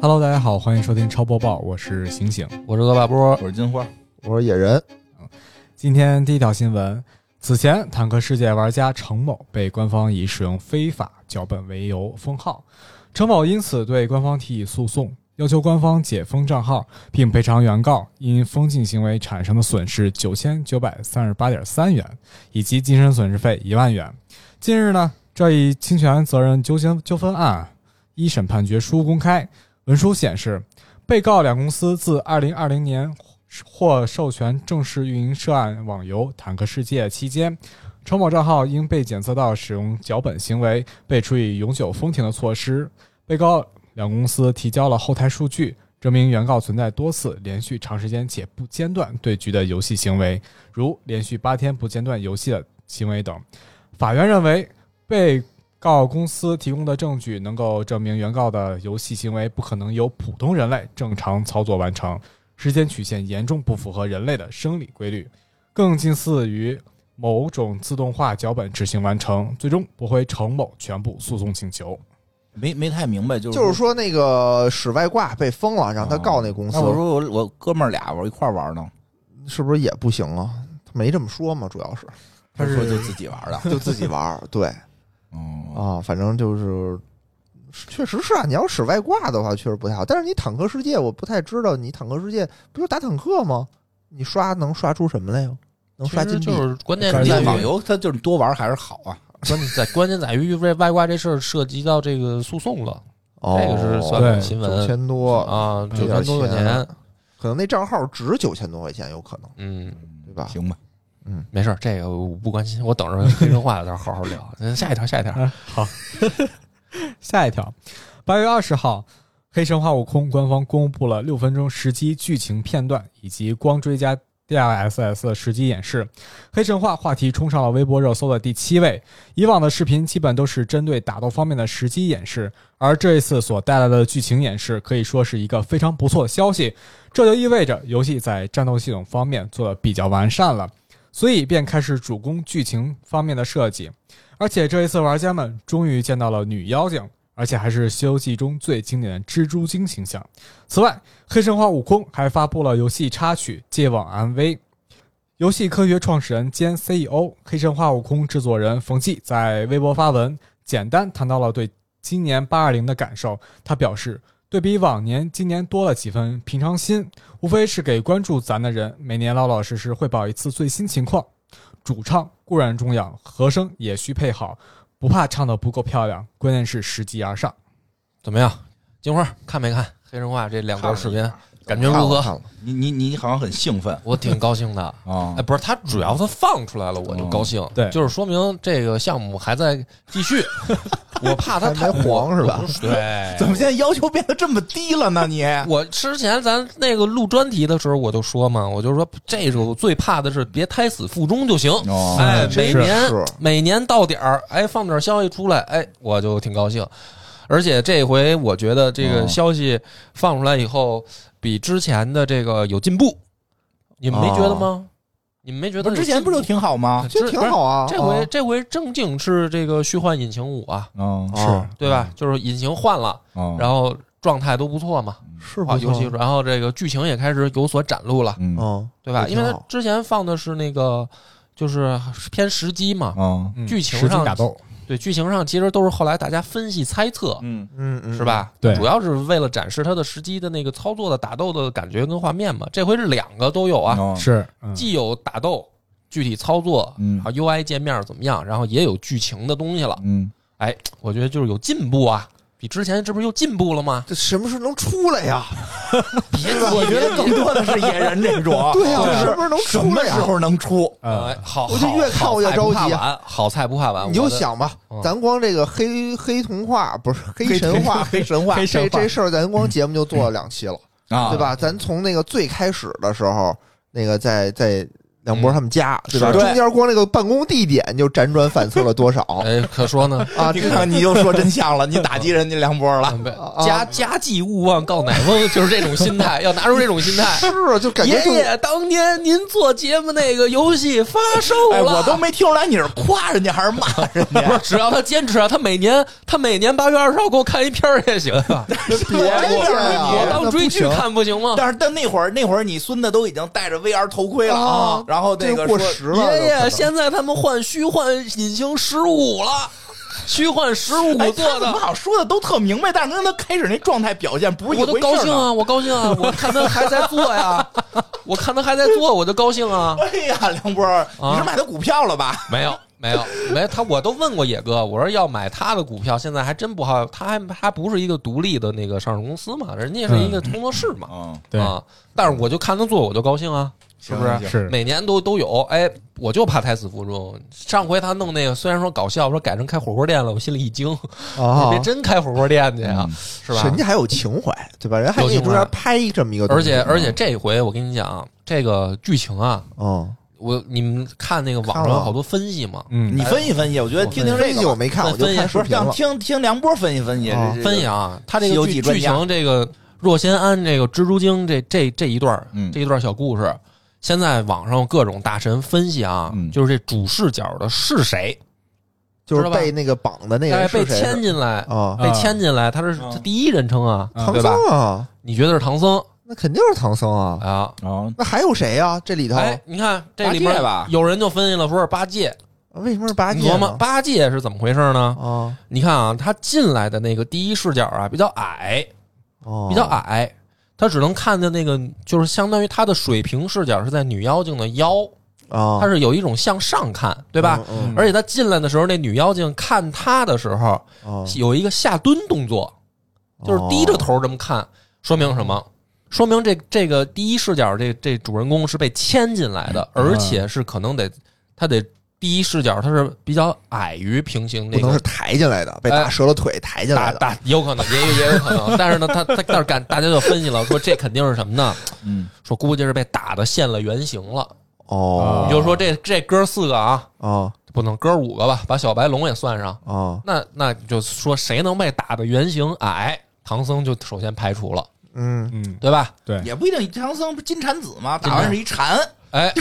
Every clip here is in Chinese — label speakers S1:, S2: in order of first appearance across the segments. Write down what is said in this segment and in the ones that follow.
S1: Hello，大家好，欢迎收听超播报，我是醒醒。
S2: 我是恶霸波，
S3: 我是金花，
S4: 我说野人，
S1: 今天第一条新闻，此前《坦克世界》玩家程某被官方以使用非法脚本为由封号，程某因此对官方提起诉讼，要求官方解封账号，并赔偿原告因封禁行为产生的损失九千九百三十八点三元，以及精神损失费一万元。近日呢，这一侵权责任纠纷纠纷案一审判决书公开，文书显示，被告两公司自二零二零年获授权正式运营涉案网游《坦克世界》期间，程某账号因被检测到使用脚本行为，被处以永久封停的措施。被告两公司提交了后台数据，证明原告存在多次连续长时间且不间断对局的游戏行为，如连续八天不间断游戏的行为等。法院认为，被告公司提供的证据能够证明原告的游戏行为不可能由普通人类正常操作完成。时间曲线严重不符合人类的生理规律，更近似于某种自动化脚本执行完成，最终驳回程某全部诉讼请求。
S3: 没没太明白，就是
S4: 就是说那个使外挂被封了，让他
S2: 哦
S4: 告那公司
S3: 那，我说我我哥们儿俩我一块儿玩呢，
S4: 是不是也不行啊？他没这么说嘛，主要是
S1: 他是
S3: 说就自己玩的，
S4: 就自己玩 儿，对
S3: 哦，
S4: 啊，反正就是。确实是啊，你要使外挂的话，确实不太好。但是你坦克世界，我不太知道，你坦克世界不就打坦克吗？你刷能刷出什么来哟？能刷金币？
S2: 就是关键
S1: 感觉
S2: 在
S3: 在
S2: 于
S3: 网游它就是多玩还是好啊，
S2: 关键在关键在于这外挂这事儿涉及到这个诉讼了
S4: 哦，
S2: 这个是算
S1: 对
S2: 新闻
S4: 九千多，
S2: 啊，
S1: 有
S2: 九千
S4: 点
S2: 多块
S4: 钱
S2: 钱，
S4: 可能那账号值九千多块钱，有可能。
S2: 嗯，
S4: 对吧
S3: 行吧，
S2: 没事儿，这个我不关心，我等着黑神话的时候好好聊。嗯下一条，下一条，
S4: 啊
S1: 好， 下一条，八月二十号，《黑神话：悟空》官方公布了六分钟实机剧情片段以及光追加 DLSS 的实机演示，《黑神话》话题冲上了微博热搜的第七位。以往的视频基本都是针对打斗方面的实机演示，而这一次所带来的剧情演示可以说是一个非常不错的消息。这就意味着游戏在战斗系统方面做的比较完善了，所以便开始主攻剧情方面的设计。而且这一次，玩家们终于见到了女妖精，而且还是《西游记》中最经典的蜘蛛精形象。此外，《黑神话：悟空》还发布了游戏插曲《戒网 MV》。游戏科学创始人兼 CEO、黑神话悟空制作人冯骥在微博发文，简单谈到了对今年八二零的感受。他表示，对比往年，今年多了几分平常心，无非是给关注咱的人每年老老实实汇报一次最新情况，主唱固然重要，和声也需配好，不怕唱得不够漂亮，关键是拾级而上。
S2: 怎么样？金花看没看黑神话这两
S3: 看
S2: 条
S3: 了
S2: 视
S3: 一
S2: 频
S3: 下？
S2: 感觉如何
S4: 看了看嗯了
S3: 你你你好像很兴奋
S2: 我挺高兴的。
S3: 啊
S2: 哎，，不是，他主要他放出来了，我就高兴。
S1: 对
S2: 就是说明这个项目还在继 续。我怕他
S4: 还
S2: 太
S4: 没黄是吧？
S2: 对，
S3: 怎么现在要求变得这么低了呢？你
S2: 我之前咱那个录专题的时候，我就说嘛，我就说这首最怕的是别胎死腹中就行。
S3: 哦
S2: 哎，
S1: 是
S2: 每
S1: 是
S2: 年
S4: 是
S2: 每年到点儿，哎，放点消息出来，哎，我就挺高兴。而且这回我觉得这个
S3: 哦
S2: 消息放出来以后，比之前的这个有进步，你们没觉得吗？你们没觉得
S3: 不
S2: 有
S3: 是
S2: 进
S3: 之
S2: 步？
S3: 前不就挺好哦吗？
S4: 这挺好啊。
S2: 这回
S4: 啊
S2: 这回正经是这个虚幻引擎五啊，
S3: 嗯
S4: 啊
S2: 对吧？就是引擎换了，
S3: 嗯
S2: 然后状态都不错嘛，
S4: 是
S2: 啊，
S4: 不
S2: 游戏
S4: 错，
S2: 然后这个剧情也开始有所展露了，
S3: 嗯
S4: 嗯，
S2: 对吧？
S4: 也
S2: 因
S4: 挺
S2: 为
S4: 好
S2: 它之前放的是那个就是偏时机嘛，
S3: 嗯
S1: 嗯
S2: 剧情
S1: 拾级
S2: 上
S1: 打斗，
S2: 对剧情上其实都是后来大家分析猜测，
S3: 嗯
S4: 嗯嗯，
S2: 是？吧？
S1: 对
S2: 主要是为了展示它的时机的那个操作的打斗的感觉跟画面嘛。这回是两个都有啊，
S3: 嗯
S1: 是，嗯
S2: 既有打斗具体操作，
S3: 嗯
S2: 啊 UI 界面怎么样，然后也有剧情的东西了。
S3: 嗯，
S2: 我觉得就是有进步啊，比之前这不是又进步了吗？
S4: 这什么时候能出来呀？
S2: 别
S3: 我觉得更多的 是野人 这种，
S4: 对呀、
S3: 就是
S4: 什么时候能
S3: 啊什
S4: 出
S3: 么
S4: 来呀、
S3: 时候能出？
S1: 呃，
S2: 哎，好，
S4: 我就越看我越着
S2: 好
S4: 急
S2: 菜不怕晚，好菜不怕晚。
S4: 你就
S2: 啊我的，
S4: 想吧
S2: 嗯，
S4: 咱光这个黑黑童话不是黑神话，黑神话，
S1: 黑神
S4: 这
S1: 话
S4: 这事儿咱光节目就做了两期了，
S3: 啊，
S4: 对？吧？咱从那个最开始的时候，那个在在梁博他们家，对吧？
S3: 是对
S4: 中间光这个办公地点就辗转反侧了多少
S2: 哎，可说 呢，
S4: 啊？
S3: 你看你又说真相了，你打击人家梁博 了。
S2: 嗯对
S4: 啊
S2: 家家祭勿忘告乃翁，就是这种心态，要拿出这种心态。
S4: 是啊， 就感觉就
S2: 爷爷，当年您做节目那个游戏发售了，
S3: 哎，我都没听出来你是夸人家还是骂人 家。
S2: 不是，只要他坚持啊，他每年他每年八月二十号给我看一片儿也行啊。
S4: 别这样，
S2: 我当
S4: 那
S2: 追剧
S4: 不行
S2: 看不行吗？
S3: 但是但那会儿那会儿你孙子都已经戴着 VR 头盔了
S4: 啊
S3: 然后那
S4: 这
S3: 个
S4: 就过
S3: 说
S4: 时了。
S2: 爷
S4: 有可
S2: 爷，
S4: 能
S2: 现在他们换虚幻引擎十五了，虚幻十五
S3: 哎，他
S2: 做
S3: 怎
S2: 的
S3: 么。好像说的都特明白，但是跟他开始那状态表现不是一
S2: 我都
S3: 回事儿
S2: 高
S3: 呢
S2: 兴！啊！我高兴 啊！我看他还在做呀， 我看他还在做，我就高兴啊！
S3: 哎呀，梁波，你是买他股票了吧？
S2: 没有，没有，没有他，我都问过野哥，我说要买他的股票，现在还真不好，他还他不是一个独立的那个上市公司嘛，人家是一个工作室嘛，
S3: 嗯，
S1: 对
S2: 啊，但是我就看他做，我就高兴啊，
S3: 是
S2: 不是
S1: 是
S2: 每年都都有，哎，我就怕胎死腹中。上回他弄那个，虽然说搞笑，说改成开火锅店了，我心里一惊，
S4: 啊，
S2: 别真开火锅店去啊，
S3: 嗯
S2: 是吧
S4: 人？家还有情怀，对吧？人还
S2: 有
S4: 给
S2: 情
S4: 中
S2: 怀
S4: 间拍这么一个东
S2: 而
S4: 西，
S2: 且而且这回我跟你讲，这个剧情啊，
S4: 嗯，
S2: 我你们看那个网上
S4: 看了
S2: 有好多分析嘛，
S1: 嗯
S3: 你分析分析，我觉得听听
S4: 分
S3: 这
S4: 析
S3: 个
S4: 我
S3: 吧，
S4: 没看，我就
S2: 分析
S4: 看
S3: 不
S4: 视
S3: 是
S4: 频
S3: 让
S4: 了。
S3: 听听梁波分析分析
S4: 啊，
S3: 这
S2: 分析。啊，他这
S3: 西游
S2: 个
S3: 记
S2: 剧
S3: 专
S2: 剧
S3: 家
S2: 情，这个若仙庵这个蜘蛛精这这这一段儿
S3: 嗯
S2: 这一段小故事，现在网上各种大神分析啊
S3: 嗯，
S2: 就是这主视角的是谁，
S4: 就是被那个绑的那
S2: 哎，
S4: 人
S2: 被
S4: 是谁
S2: 牵进来，
S4: 啊？
S2: 被牵进来，他是
S3: 嗯
S2: 他第一人称啊，
S1: 嗯
S4: 唐
S2: 对吧
S4: 僧？啊，
S2: 你觉得是唐僧
S4: 那肯定是唐僧啊。
S2: 啊？
S3: 哦，
S4: 那还有谁呀？这里头
S2: 哎，你看这里
S3: 八戒
S2: 面
S3: 吧
S2: 有人就分析了，说是八戒，
S4: 为什么是八
S2: 你
S4: 戒啊
S2: 琢磨
S4: 呢？
S2: 八戒是怎么回事呢？
S4: 啊
S2: 你看啊，他进来的那个第一视角啊，比较矮，
S4: 哦，
S2: 比较矮，他只能看见那个，就是相当于他的水平视角是在女妖精的腰，
S4: 啊，
S2: 他是有一种向上看，对
S4: 对
S2: 吧？？
S4: 嗯
S2: 而且他进来的时候，那女妖精看他的时候
S4: 嗯
S2: 有一个下蹲动作，就是
S4: 哦
S2: 低着头这么看，说明什么？说明这这个第一视角这这主人公是被牵进来的，
S1: 嗯
S2: 而且是可能得他得第一视角他是比较矮于平行
S4: 不
S2: 那
S4: 能是
S2: 个哎
S4: 抬进来的，被打折了腿抬进
S2: 大
S4: 来的。
S2: 大有可能也有也有可能，但是呢他他但是感大家就分析了说这肯定是什么呢？
S3: 嗯，
S2: 说估计是被打的现了原形了。
S4: 哦
S2: 你就说这这哥四个啊，
S4: 哦
S2: 不能哥五个吧，把小白龙也算上，
S4: 哦，
S2: 那那就说谁能被打的原形矮，唐僧就首先排除了，
S4: 嗯，
S1: 嗯
S2: 对吧？
S1: 对
S3: 也不一定，唐僧不是金蝉子嘛，打完是一蝉，
S2: 哎，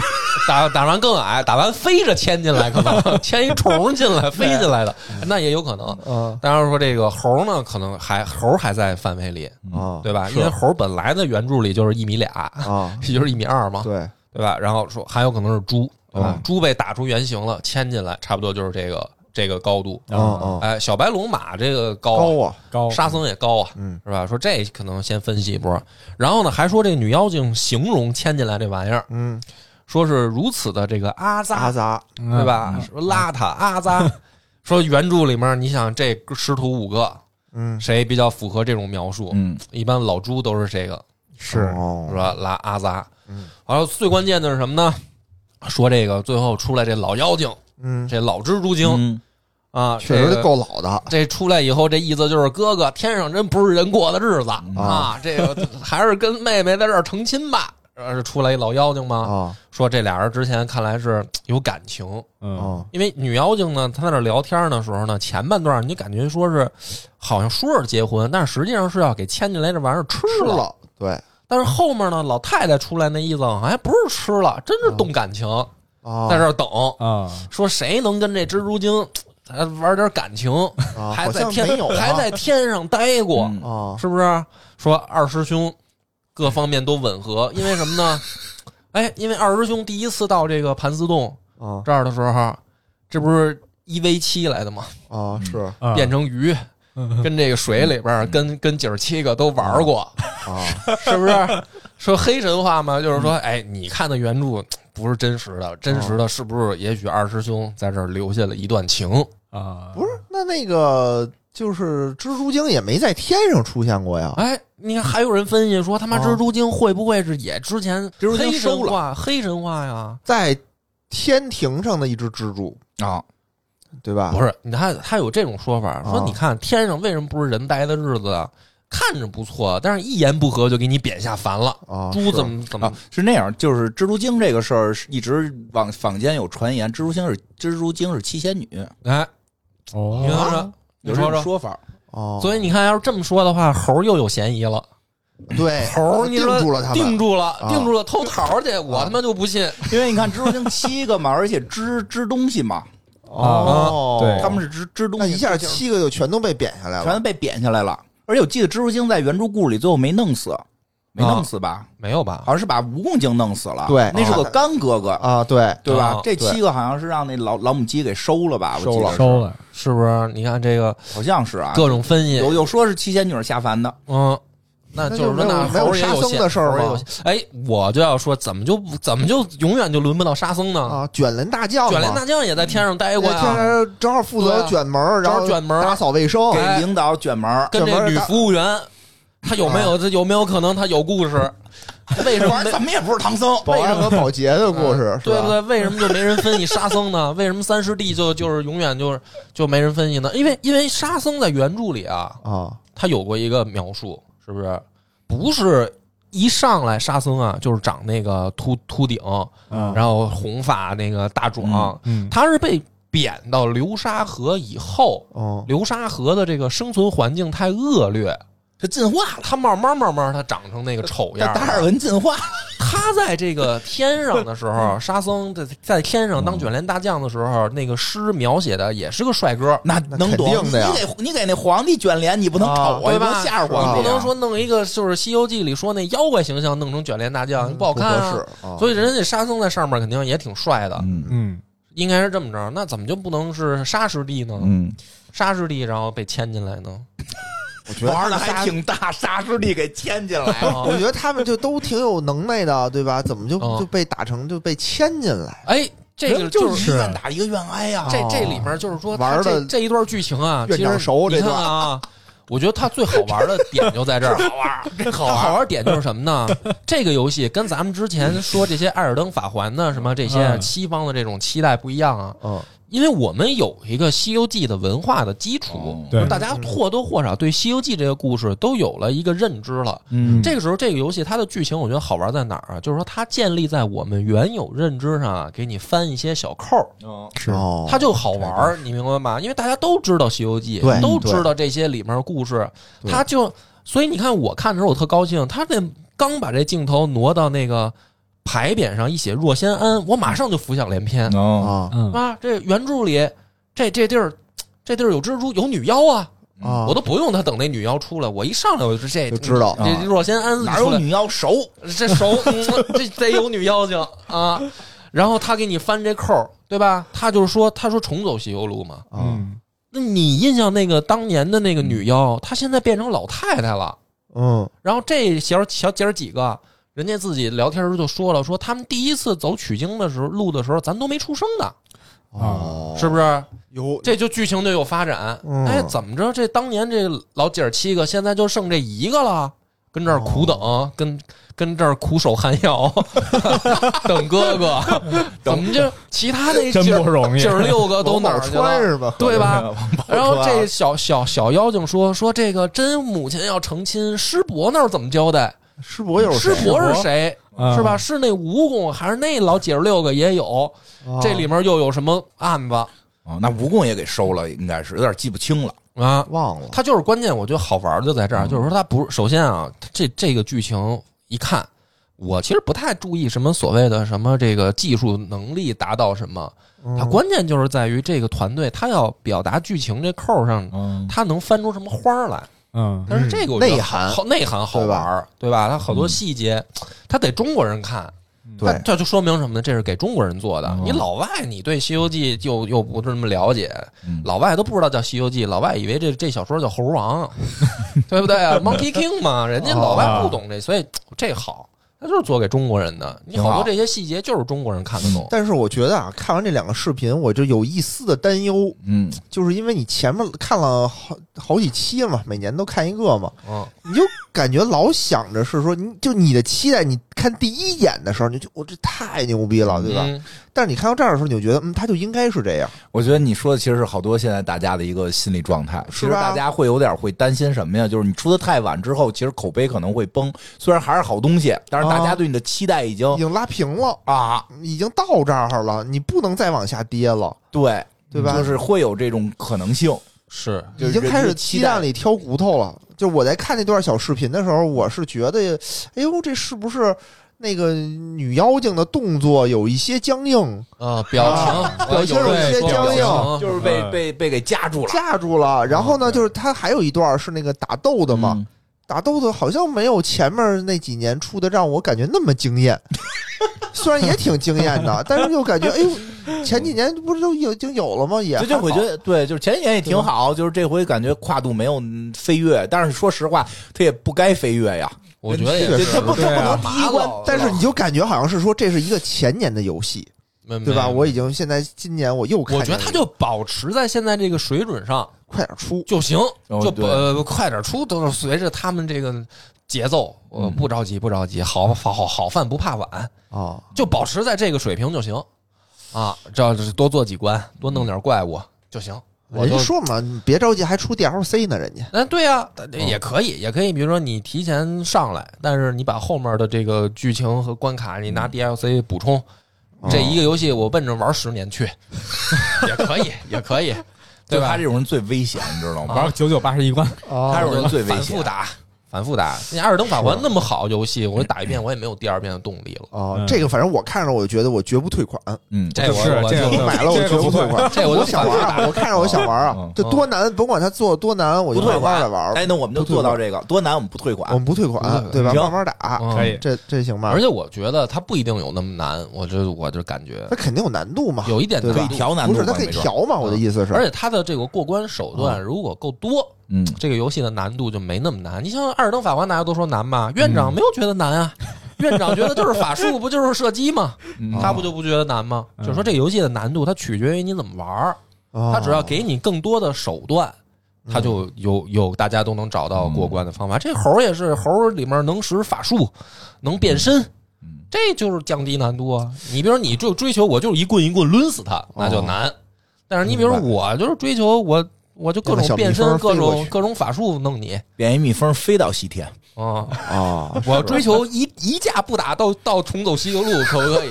S2: 打打完更矮，打完飞着牵进来，可能牵一虫进来，飞进来的，那也有可能。
S4: 啊
S2: 当然说这个猴呢，可能还猴还在范围里，
S4: 啊
S2: 嗯对吧？因为猴本来的原著里就是一米俩，
S4: 啊，
S2: 也就是一米二嘛，
S4: 对，
S2: 对吧？然后说还有可能是猪，对
S4: 哦
S2: 吧？猪被打出原形了，牵进来，差不多就是这个这个高度。
S4: 啊啊，
S2: 哎，小白龙马这个高啊
S4: 高啊，
S1: 高
S2: 沙僧也高啊，
S4: 嗯
S2: 是吧？说这可能先分析一波，然后呢，还说这女妖精形容牵进来这玩意儿，
S4: 嗯，
S2: 说是如此的这个阿
S4: 阿
S2: 扎，
S4: 扎嗯
S2: 对？吧？说邋遢阿扎，说原著里面你想这师徒五个
S4: 嗯
S2: 谁比较符合这种描述？
S3: 嗯，
S2: 一般老朱都是这个，
S1: 是
S2: 是
S4: 哦，
S2: 吧？拉阿扎
S4: 嗯，
S2: 然后最关键的是什么呢？说这个最后出来这老妖精，
S4: 嗯，
S2: 这啊老蜘蛛精啊，
S4: 确实
S2: 这
S4: 是
S2: 个
S4: 够老的，
S2: 这出来以后，这意思就是哥哥天上真不是人过的日子啊
S4: 啊，
S2: 这个还是跟妹妹在这儿成亲吧。然后就出来一老妖精嘛，
S4: 啊
S2: 说这俩人之前看来是嘖有感情，
S1: 嗯
S4: 啊
S2: 因为女妖精呢，她在那聊天的时候呢，前半段你就感觉说是好像说是结婚，但是实际上是要给牵进来这玩意儿吃
S4: 吃
S2: 了。
S4: 了，对
S2: 但是后面呢，老太太出来那意思好像还不是吃了，真是动感情，
S4: 啊，
S2: 在这儿等，
S1: 啊
S2: 说谁能跟这蜘蛛精嘖还玩点感情，
S4: 啊
S2: 还
S4: 好
S2: 在
S4: 像
S2: 天、
S4: 没有啊
S2: 还在天上待过。
S4: 啊
S2: 是不是？说二师兄各方面都吻合，因为什么 呢？哎，因为二师兄第一次到这个盘丝洞
S4: 啊
S2: 这儿的时候，这不是一 v 七来的吗？
S4: 啊是啊
S1: 啊
S2: 变成鱼，跟这个水里边儿，跟跟姐儿七个都玩过，
S4: 哦
S2: 是不是？说黑神话嘛，就是说，哎，你看的原著不是真实的，真实的是不是？也许二师兄在这儿留下了一段情，
S1: 啊
S4: 不是，那那个就是蜘蛛精也没在天上出现过呀。
S2: 哎，你看还有人分析说，他妈
S4: 啊
S2: 蜘蛛精会不会是也之前
S3: 蜘蛛精
S2: 黑
S3: 收
S2: 神
S3: 了
S2: 话黑神话呀？
S4: 在天庭上的一只蜘蛛，
S3: 啊，
S4: 对吧？
S2: 啊不是，你看他有这种说法，说
S4: 啊
S2: 你看天上为什么不是人待的日子啊？看着不错，但是一言不合就给你贬下凡了。
S4: 啊，
S2: 猪
S4: 是
S2: 怎么怎么
S3: 啊，是那样，就是蜘蛛精这个事儿，是一直往坊间有传言，蜘蛛精是蜘蛛精是七仙女，
S2: 哎？你
S1: 哦，
S2: 说说，你
S3: 有这
S2: 说
S3: 种
S2: 说。
S3: 说法。
S4: 哦，
S2: 所以你看，要是这么说的话，猴儿又有嫌疑了。
S4: 对
S2: 猴儿，你
S4: 定
S2: 说
S4: 住了他们，
S2: 定住了，
S4: 啊
S2: 定住了，偷桃儿去，我他妈就不信。
S3: 因为你看蜘蛛精七个嘛，而且织织东西嘛，
S1: 啊
S4: 哦，
S1: 对
S3: 他们是织织东
S4: 那
S3: 西，
S4: 一下
S3: 就是
S4: 七个就全都被贬下来
S3: 全
S4: 了，
S3: 都被贬下来了。而且我记得蜘蛛精在原著故事里最后没弄死，没弄死吧？
S2: 没有吧？
S3: 好像是把蜈蚣精弄死了。
S4: 对
S3: 那是个干哥哥，
S4: 啊，对，
S3: 对吧？
S2: 啊
S3: 这
S4: 对
S3: 七个好像是让那老老母鸡给收了吧？我记得是
S1: 收，了，
S2: 是不是？你看这个
S3: 好像是啊。
S2: 各种分析，
S3: 有有说是七仙女下凡的，
S2: 嗯，那
S4: 那
S2: 就是
S4: 就
S2: 说，
S4: 没有
S2: 那
S4: 没有
S2: 猴儿也
S4: 杀
S2: 有
S4: 生
S2: 嫌
S4: 的事儿
S2: 猴儿也
S4: 吗
S2: 有嫌哎，我就要说，怎么就不怎么就永远就轮不到沙僧呢？
S4: 啊，卷帘大将嘛，
S2: 嗯卷帘大将也在天上待
S4: 对
S2: 过
S4: 天
S2: 呀，
S4: 天正好负责
S2: 对啊
S4: 卷门
S2: 正
S4: 儿，然
S2: 好
S4: 后
S2: 卷门儿
S4: 打扫卫生，
S2: 哎
S3: 给领导卷门儿，
S2: 跟
S4: 卷
S2: 这
S4: 门儿
S2: 女
S4: 大啊
S2: 服务员，她有没有这有没有可能她有故事？为什么
S3: 玩
S2: 没
S3: 怎么也不是唐僧，
S4: 保安和保洁的故事，
S2: 嗯
S4: 是
S2: 对
S4: 吧
S2: 不对？为什么就没人分析沙僧呢？为什么三师弟就就是永远就是就没人分析呢？因为因为沙僧在原著里啊，
S4: 啊，
S2: 他有过一个描述，是不是？不是一上来沙僧啊，就是长那个秃秃顶，
S3: 嗯
S4: 哦
S2: 然后红发那个大壮，
S1: 嗯，
S2: 他是被贬到流沙河以后，
S4: 哦，
S2: 流沙河的这个生存环境太恶劣，
S3: 这进化了，
S2: 他慢慢慢慢他长成那个丑
S3: 这
S2: 样
S3: 达
S2: 儿
S3: 尔
S2: 了。
S3: 文进化了，
S2: 他在这个天上的时候，沙僧在在天上当卷帘大将的时候，那个诗描写的也是个帅哥。
S3: 那
S4: 那
S3: 能
S4: 肯
S3: 懂
S4: 定的呀
S3: 你给你给那皇帝卷帘，你不能
S4: 啊
S3: 丑啊，
S2: 对
S3: 你不
S2: 吧？
S3: 能吓着
S2: 你
S3: 皇
S2: 不
S3: 帝啊，
S2: 能说弄一个就是《西游记》里说那妖怪形象弄成卷帘大将，不好看
S4: 嗯不合
S2: 啊。
S4: 适啊，
S2: 所以人家沙僧在上面肯定也挺帅的，
S3: 嗯
S1: 嗯，
S2: 应该是这么着。那怎么就不能是沙师弟呢？
S3: 嗯，
S2: 沙师弟然后被牵进来呢？
S4: 我觉得
S3: 玩的
S4: 他们仨
S3: 还挺大，沙师弟给牵进 来了。
S2: 啊
S4: 我觉得他们就都挺有能耐的，对吧？怎么就
S2: 嗯
S4: 就被打成就被牵进来？
S2: 哎，这个
S3: 就是一个愿打一个愿挨啊呀、
S2: 这这里面就是说，
S4: 玩
S2: 他这
S4: 的
S2: 这一段剧情啊，
S4: 院
S2: 其实
S4: 长熟
S2: 你
S4: 这
S2: 看
S4: 段
S2: 啊，我觉得它最好玩的点就在这儿，
S3: 好玩 儿，这好
S2: 它
S3: 玩
S2: 好
S3: 儿。
S2: 玩点就是什么呢？这个游戏跟咱们之前说这些《艾尔登法环》呢，什么这些
S1: 嗯
S2: 西方的这种期待不一样啊，
S4: 嗯，
S2: 因为我们有一个《西游记》的文化的基础
S3: 哦，
S1: 对
S2: 大家或多或少对《西游记》这个故事都有了一个认知了。
S1: 嗯
S2: 这个时候，这个游戏它的剧情我觉得好玩在哪儿啊？就是说它建立在我们原有认知上啊，给你翻一些小扣儿，
S3: 嗯
S1: 是
S4: 哦，
S2: 它就好玩儿，你明白吗？因为大家都知道《西游记
S4: 对》，
S2: 都知道这些里面的故事，
S4: 对
S2: 它就所以你看我看的时候我特高兴，他那刚把这镜头挪到那个牌匾上一写若仙庵，我马上就浮想联翩
S3: 哦
S4: 啊
S1: 嗯
S2: 啊！这原著里这这地儿这地儿有蜘蛛有女妖啊，
S4: 啊，
S2: 我都不用他等那女妖出来，我一上来我就这
S4: 就知道
S2: 这若仙庵
S3: 哪
S2: 出
S3: 有
S2: 来
S3: 女妖熟？
S2: 这手，嗯这得有女妖精啊。然后他给你翻这扣儿，对吧？他就是说，他说重走西游路嘛。
S4: 啊，
S1: 嗯
S2: 那你印象那个当年的那个女妖，她现在变成老太太了。
S4: 嗯
S2: 然后这小小姐儿几个，人家自己聊天时候就说了，说他们第一次走取经的时候，路的时候，咱都没出生呢，
S4: 哦，
S2: 啊是不是？
S4: 有
S2: 这就剧情就有发展。
S4: 嗯
S2: 哎，怎么着？这当年这老姐儿七个，现在就剩这一个了，跟这儿苦等，
S1: 哦
S2: 跟跟这儿苦守寒窑， 等 哥哥。怎么就其他那
S1: 真
S2: 姐
S1: 不容易
S2: 姐儿六个都哪儿去
S4: 穿
S2: 了？
S4: 是吧？
S2: 对吧？然后
S3: 穿
S2: 这小小小妖精说说这个真母亲要成亲，师伯那儿怎么交代？
S4: 师伯又
S2: 师
S4: 是
S2: 伯是谁？
S1: 嗯
S2: 是吧？是那蜈蚣还是那老姐儿六个也有？
S1: 哦
S4: 啊
S2: 这里面又有什么案子
S3: 哦，那蜈蚣也给收了，应该是有点记不清了。
S2: 啊？
S4: 忘了
S2: 它就是关键，我觉得好玩儿就在这儿，就是说它不是首先啊，它这这个剧情一看，我其实不太注意什么所谓的什么这个技术能力达到什么，它
S4: 嗯
S2: 关键就是在于这个团队它要表达剧情这扣儿上，
S3: 嗯，
S2: 它能翻出什么花儿来。
S1: 嗯
S2: 但是这个我觉得
S4: 内涵
S2: 好内涵好玩儿，对吧？它好多细节，它得中国人看，
S1: 嗯
S4: 对
S2: 那这就说明什么呢？这是给中国人做的。
S3: 嗯
S2: 你老外，你对《西游记》又又不是那么了解，
S3: 嗯
S2: 老外都不知道叫《西游记》，老外以为这这小说叫《猴王》，对不对啊？Monkey King 嘛，人家老外不懂这，所以这好。他就是做给中国人的。你好
S3: 挺好
S2: 多这些细节就是中国人看得懂。
S4: 但是我觉得啊，看完这两个视频，我就有一丝的担忧，
S3: 嗯，
S4: 就是因为你前面看了好好几期嘛，每年都看一个嘛，
S2: 嗯，
S4: 你就感觉老想着是说，你就你的期待，你看第一眼的时候，你就我这太牛逼了，对吧？
S2: 嗯
S4: 但是你看到这儿的时候，你就觉得，嗯，他就应该是这样，
S3: 我觉得你说的其实是好多现在大家的一个心理状态。其实大家会有点会担心什么呀？就是你出的太晚之后，其实口碑可能会崩。虽然还是好东西，但是大家对你的期待已经
S4: 已经拉平了，
S3: 啊，
S4: 已经到这儿了，你不能再往下跌了，
S3: 对
S4: 对吧？
S3: 就是会有这种可能性。
S2: 是
S3: 就是
S4: 已经开始鸡蛋
S3: 人
S4: 里挑骨头了。就我在看那段小视频的时候，我是觉得，哎呦，这是不是那个女妖精的动作有一些僵硬，
S2: 啊，表情
S4: 表情有一些
S2: 对
S4: 僵硬
S2: 表情
S3: 就是被被被给夹住了
S4: 架住了？然后呢，
S3: 嗯对
S4: 就是他还有一段是那个打斗的嘛，
S3: 嗯
S4: 打斗的好像没有前面那几年出的让我感觉那么惊 艳，虽然也挺惊艳的，但是又感觉，哎呦，前几年不是都有已经有了吗？也
S3: 这就是我
S4: 还
S3: 觉
S4: 好
S3: 得对，就是前几年也挺好，就是这回感觉跨度没有嗯飞跃，但是说实话，他也不该飞跃呀。
S2: 我觉得也
S4: 这
S2: 是，
S3: 他不他
S1: 对
S3: 不
S1: 啊
S3: 能第一关，
S4: 但是你就感觉好像是说这是一个前年的游戏，
S2: 没
S4: 对吧？
S2: 没
S4: 我已经现在今年我又看
S2: 嗯我
S4: 见
S2: 觉得
S4: 了
S2: 他就保持在现在这个水准上
S4: 快点出，
S2: 就行，
S3: 哦
S2: 就
S3: 对
S2: 呃快点出，都是随着他们这个节奏，呃
S3: 嗯
S2: 不着急不着急，好好好好饭不怕晚，
S4: 啊，
S2: 就保持在这个水平就行啊，这要是多做几关，多弄点怪物就行。我
S4: 人
S2: 都
S4: 家嗯说嘛，你别着急，还出 DLC 呢，人家
S2: 嗯，对呀、但也可以，也可以。比如说你提前上来，但是你把后面的这个剧情和关卡，你拿 DLC 补充。
S4: 哦
S2: 这一个游戏我奔着玩十年去，也可以，也可以，对
S3: 就他
S2: 吧
S3: 这？种人最危险，你知道吗？
S1: 玩九九八十一关，
S3: 他
S4: 啊
S3: 这种人最危
S2: 反
S3: 险
S2: 复。打，反复打。你《二等法环》那么好游戏，我打一遍我也没有第二遍的动力了。
S4: 啊
S1: 嗯，
S4: 这个反正我看着我就觉得我绝不退款，
S3: 嗯，
S2: 这我
S1: 是
S2: 我
S1: 这
S2: 就
S1: 个
S4: 我买了我
S1: 这
S4: 绝
S1: 个不
S4: 不退款，
S2: 这我就
S4: 我想玩啊，我看着我想玩啊
S3: 嗯，
S4: 这多难，甭管它做多难，我就
S3: 不退
S4: 慢慢
S3: 款
S4: 的玩，
S3: 哎，那我们就做到这个，多难我们不退
S4: 我
S3: 款。
S4: 们不退款，对吧？
S3: 行
S4: 慢慢打，
S2: 嗯
S1: 可以
S4: 这这行吧
S2: 而？且我觉得它不一定有那么难，我这我就感觉
S4: 它肯定有难度嘛，
S2: 有一点
S4: 对
S3: 可
S4: 吧
S2: 难
S3: 以
S2: 度。
S3: 调难
S4: 不
S3: 度吧，
S4: 是它可以
S3: 没准。
S4: 调嘛？我的意思是，
S2: 而且它的这个过关手段如果够多，
S3: 嗯，
S2: 这个游戏的难度就没那么难。你像《二等法官》，大家都说难吧？院长没有觉得难啊，院长觉得就是法术，不就是射击吗？
S3: 嗯
S2: 他不就不觉得难吗？
S1: 嗯
S2: 就是说这个游戏的难度，它取决于你怎么玩儿。他
S4: 它
S2: 只要给你更多的手段，他就有有大家都能找到过关的方法。这猴儿也是猴儿里面能使法术，能变身
S3: 嗯，
S2: 这就是降低难度啊。你比如说你就追求我就是一棍一棍抡死他，那
S4: 哦
S2: 就难。但是你比如说我就是追求我我就各
S4: 那
S2: 种
S4: 个小蜜
S2: 变身，
S4: 蜂
S2: 各
S4: 飞过
S2: 种
S4: 去
S2: 各种法术弄 你
S3: 变一蜜蜂飞到西天，
S2: 啊。
S4: 啊，
S2: 我追求一一架不打到到重走西游路，可不可以？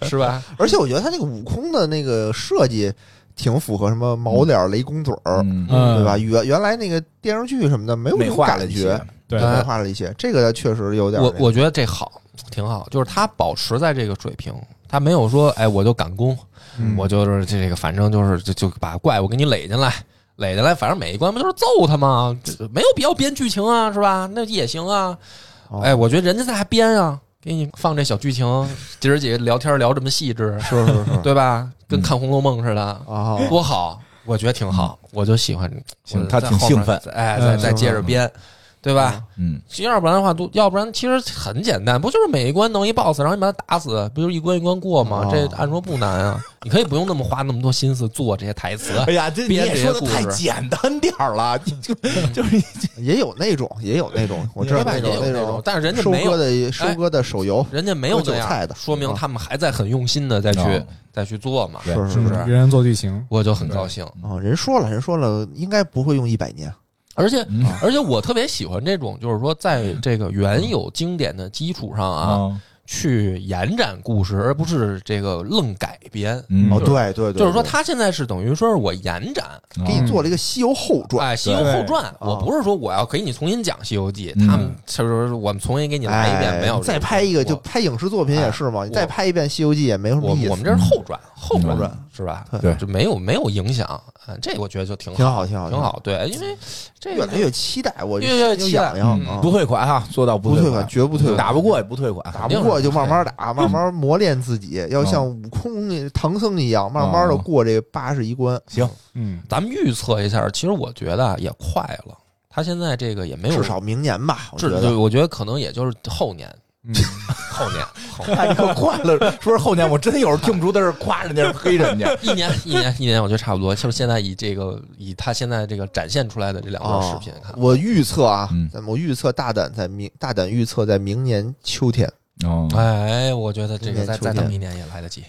S2: 这 是吧？
S4: 而且我觉得它那个悟空的那个设计挺符合什么毛脸雷公嘴儿，
S3: 嗯
S1: 嗯
S4: 对吧？原原来那个电视剧什么的没有这
S3: 美
S4: 种
S3: 化了
S4: 感
S3: 一
S4: 觉
S3: 些，，
S1: 对哎
S4: 对，美化了一些。这个确实有点那
S2: 我
S4: 个。
S2: 我觉得这好，挺好，就是他保持在这个水平，他没有说，哎，我就赶工，
S1: 嗯
S2: 我就是这个，反正就是就就把怪物给你垒进来，垒进来，反正每一关不就是揍他吗？这没有必要编剧情啊，是吧？那也行啊，
S4: 哦
S2: 哎，我觉得人家在还编啊，给你放这小剧情，姐儿几个聊天聊这么细致，
S4: 是 是是
S2: 对吧？跟看《红楼梦》似的，
S4: 啊，
S2: 多好，我觉得挺好，我就喜欢，
S3: 行
S2: 我
S3: 他
S2: 在
S3: 挺
S2: 后面
S3: 兴奋
S2: 再哎，再
S1: 嗯
S2: 再接着编，对吧？
S3: 嗯，
S2: 要不然的话，都要不然其实很简单，不就是每一关弄一 BOSS，然后你把它打死，不就是一关一关过吗？
S4: 哦
S2: 这按说不难啊，你可以不用那么花那么多心思做这些台词。
S3: 哎呀，这你
S2: 编
S3: 也
S2: 这些
S3: 说的
S2: 故
S3: 太
S2: 事
S3: 简单点儿了， 你就就是
S4: 也有那种，也有那种，我知道
S2: 对吧
S4: 那
S2: 也
S4: 种
S2: 有那
S4: 种，
S2: 但是人家
S4: 收
S2: 没
S4: 割
S2: 有，
S4: 的收割的手游，
S2: 人家没有
S4: 割
S2: 那
S4: 韭菜嗯
S2: 样，
S4: 的
S2: 说明
S4: 啊
S2: 他们还在很用心的再去、
S3: 哦
S2: 再去做嘛，
S3: 对
S2: 是不是？
S1: 人嗯人做剧情，
S2: 我就很高兴，
S4: 啊，人说了，人说了，应该不会用一百年。
S2: 而且、
S3: 嗯
S2: 而且我特别喜欢这种，就是说在这个原有经典的基础上啊，
S4: 嗯
S3: 啊，
S2: 去延展故事，而不是这个愣改编。
S3: 嗯
S4: 哦，对对对，
S2: 就是说，
S4: 对
S2: 他现在是等于说是我延展，
S4: 给
S3: 嗯
S4: 你做了一个《西游后传》
S2: 哎，《西游后传》，
S4: 对啊
S2: 我不是说我要给你重新讲《西游记》
S3: 嗯
S2: 他们就是我们重新给你来一遍，
S4: 哎
S2: 没有
S4: 再拍一个，就拍影视作品也是嘛，
S2: 哎
S4: 你再拍一遍《西游记》也没有什
S2: 我
S4: 么意
S2: 我们
S4: 思，
S2: 这是后传，
S4: 嗯
S2: 后
S3: 后
S2: 传
S3: 传
S2: 是吧？
S3: 对
S2: 就没有没有影响，啊，这我觉得就挺
S4: 挺
S2: 好，
S4: 好，挺好，
S2: 挺。好。对，因为这
S4: 越
S2: 个
S4: 来越期待，我
S2: 越来越
S4: 心
S2: 期待
S4: 痒痒
S2: 嗯
S4: 啊
S3: 不退款哈，做到
S4: 不
S3: 退
S4: 退款，，绝不退款。
S3: 打不过也不退款，
S4: 打不过就 慢慢打，慢慢磨练自己，要
S3: 嗯
S4: 像悟空、那唐僧一样，慢慢的
S2: 嗯
S4: 过这八十一关。
S3: 行，
S1: 嗯，
S2: 咱们预测一下，其实我觉得啊也快了，他现在这个也没有
S4: 至少明年吧，我觉
S2: 至
S4: 得
S2: 我觉得可能也就是后年，
S1: 嗯，
S2: 后年，后年
S3: 看你可哎快了，是不是？后年我真有时候听不出他是夸人家是黑人家，
S2: 一年一年一年，我觉得差不多。就是现在以这个以他现在这个展现出来的这
S4: 哦
S2: 两段视频看，
S4: 我预测啊
S3: 嗯，
S4: 咱们我预测大胆在明大胆预测在明年秋天，
S3: 哦
S4: 嗯
S2: 哎，我觉得这个
S4: 明年
S2: 再
S4: 秋
S2: 再等
S4: 天
S2: 一年也来得及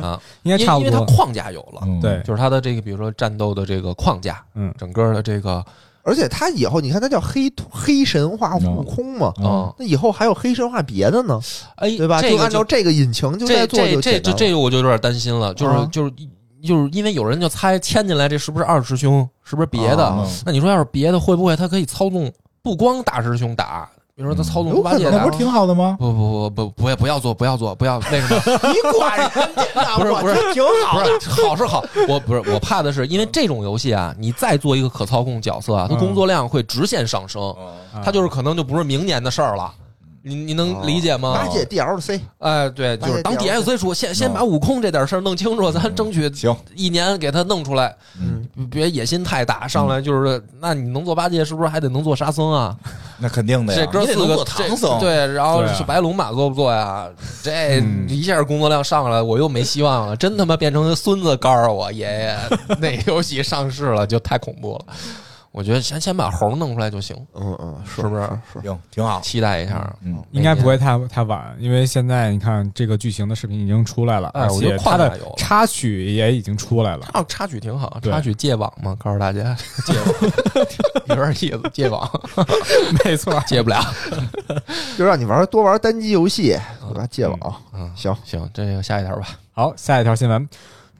S2: 啊，
S1: 应
S2: 因
S1: 该
S2: 为
S1: 差不
S2: 因为它
S1: 多。
S2: 框架有了，
S3: 嗯
S1: 对
S2: 就是它的这个比如说战斗的这个框架，
S1: 嗯
S2: 整个的这个
S4: 而且他以后你看他叫黑黑神话悟空嘛，
S2: 嗯，
S4: 那以后还有黑神话别的呢，
S2: 哎，
S4: 对吧？
S2: 这
S4: 就
S2: 个
S4: 按照这个引擎就
S2: 这
S4: 在做
S2: 这
S4: 就
S2: 这
S4: 简
S2: 这
S4: 单
S2: 这
S4: 了。
S2: 个我就有点担心了，就是
S4: 啊
S2: 就是就是因为有人就猜牵进来这是不是二师兄，是不是别的
S4: 啊？
S2: 那你说要是别的，会不会他可以操纵不光大师兄打，比如说他操纵
S4: 嗯
S3: 有
S2: 猪八
S3: 可
S2: 戒
S3: 能，
S2: 打
S3: 那不？是挺好的吗？
S2: 不不不不不要不要做不要做不要那什么
S3: 你管人家呢？
S2: 不是
S3: 我
S2: 不是
S3: 这挺好
S2: 不
S3: 的。
S2: 是好是好，我不是我怕的是因为这种游戏啊，你再做一个可操控角色啊，它
S1: 嗯
S2: 工作量会直线上升，
S3: 哦
S1: 啊
S2: 它就是可能就不是明年的事儿了。你你
S3: 哦
S2: 能理解吗？
S4: 八戒 DLC
S2: 哎，对，
S4: 八
S2: 就
S4: 戒
S2: 是当
S4: DLC
S2: DLC 出，先
S3: 嗯
S2: 先把悟空这点事儿弄清楚，咱争取
S3: 行，
S2: 一年给他弄出来，
S3: 嗯，
S2: 别野心太大，上来就是，那你能做八戒，是不是还得能做沙僧啊？
S3: 那肯定的呀，
S2: 这哥
S3: 啊你得
S2: 四
S3: 能
S2: 个
S3: 做唐
S2: 这
S3: 僧，
S2: 对，然后
S1: 对啊
S2: 是白龙马做不做呀？这
S1: 嗯
S2: 一下工作量上来，我又没希望了，真他妈变成孙子肝儿，我爷爷那 游戏上市了就太恐怖了。我觉得先先把猴弄出来就行，
S4: 嗯嗯，
S2: 是
S4: 是
S2: 不是
S4: 是
S3: 行，挺好。
S2: 期待一下。
S3: 嗯，
S1: 应该不会太太晚，因为现在你看这个剧情的视频已经出来了，
S2: 哎
S1: 而
S2: 我觉
S1: 且
S2: 得
S1: 它
S2: 框架
S1: 的
S2: 有
S1: 插曲也已经出来了。
S2: 插哦插曲挺好，
S1: 对
S2: 插曲戒网嘛，告诉大 家戒网有点意思，戒网
S1: 没错，
S2: 戒不了。
S4: 就让你玩多玩单机游戏，对吧？戒网
S2: 嗯，
S4: 行，
S2: 行，这个下一条吧。
S1: 好，下一条新闻。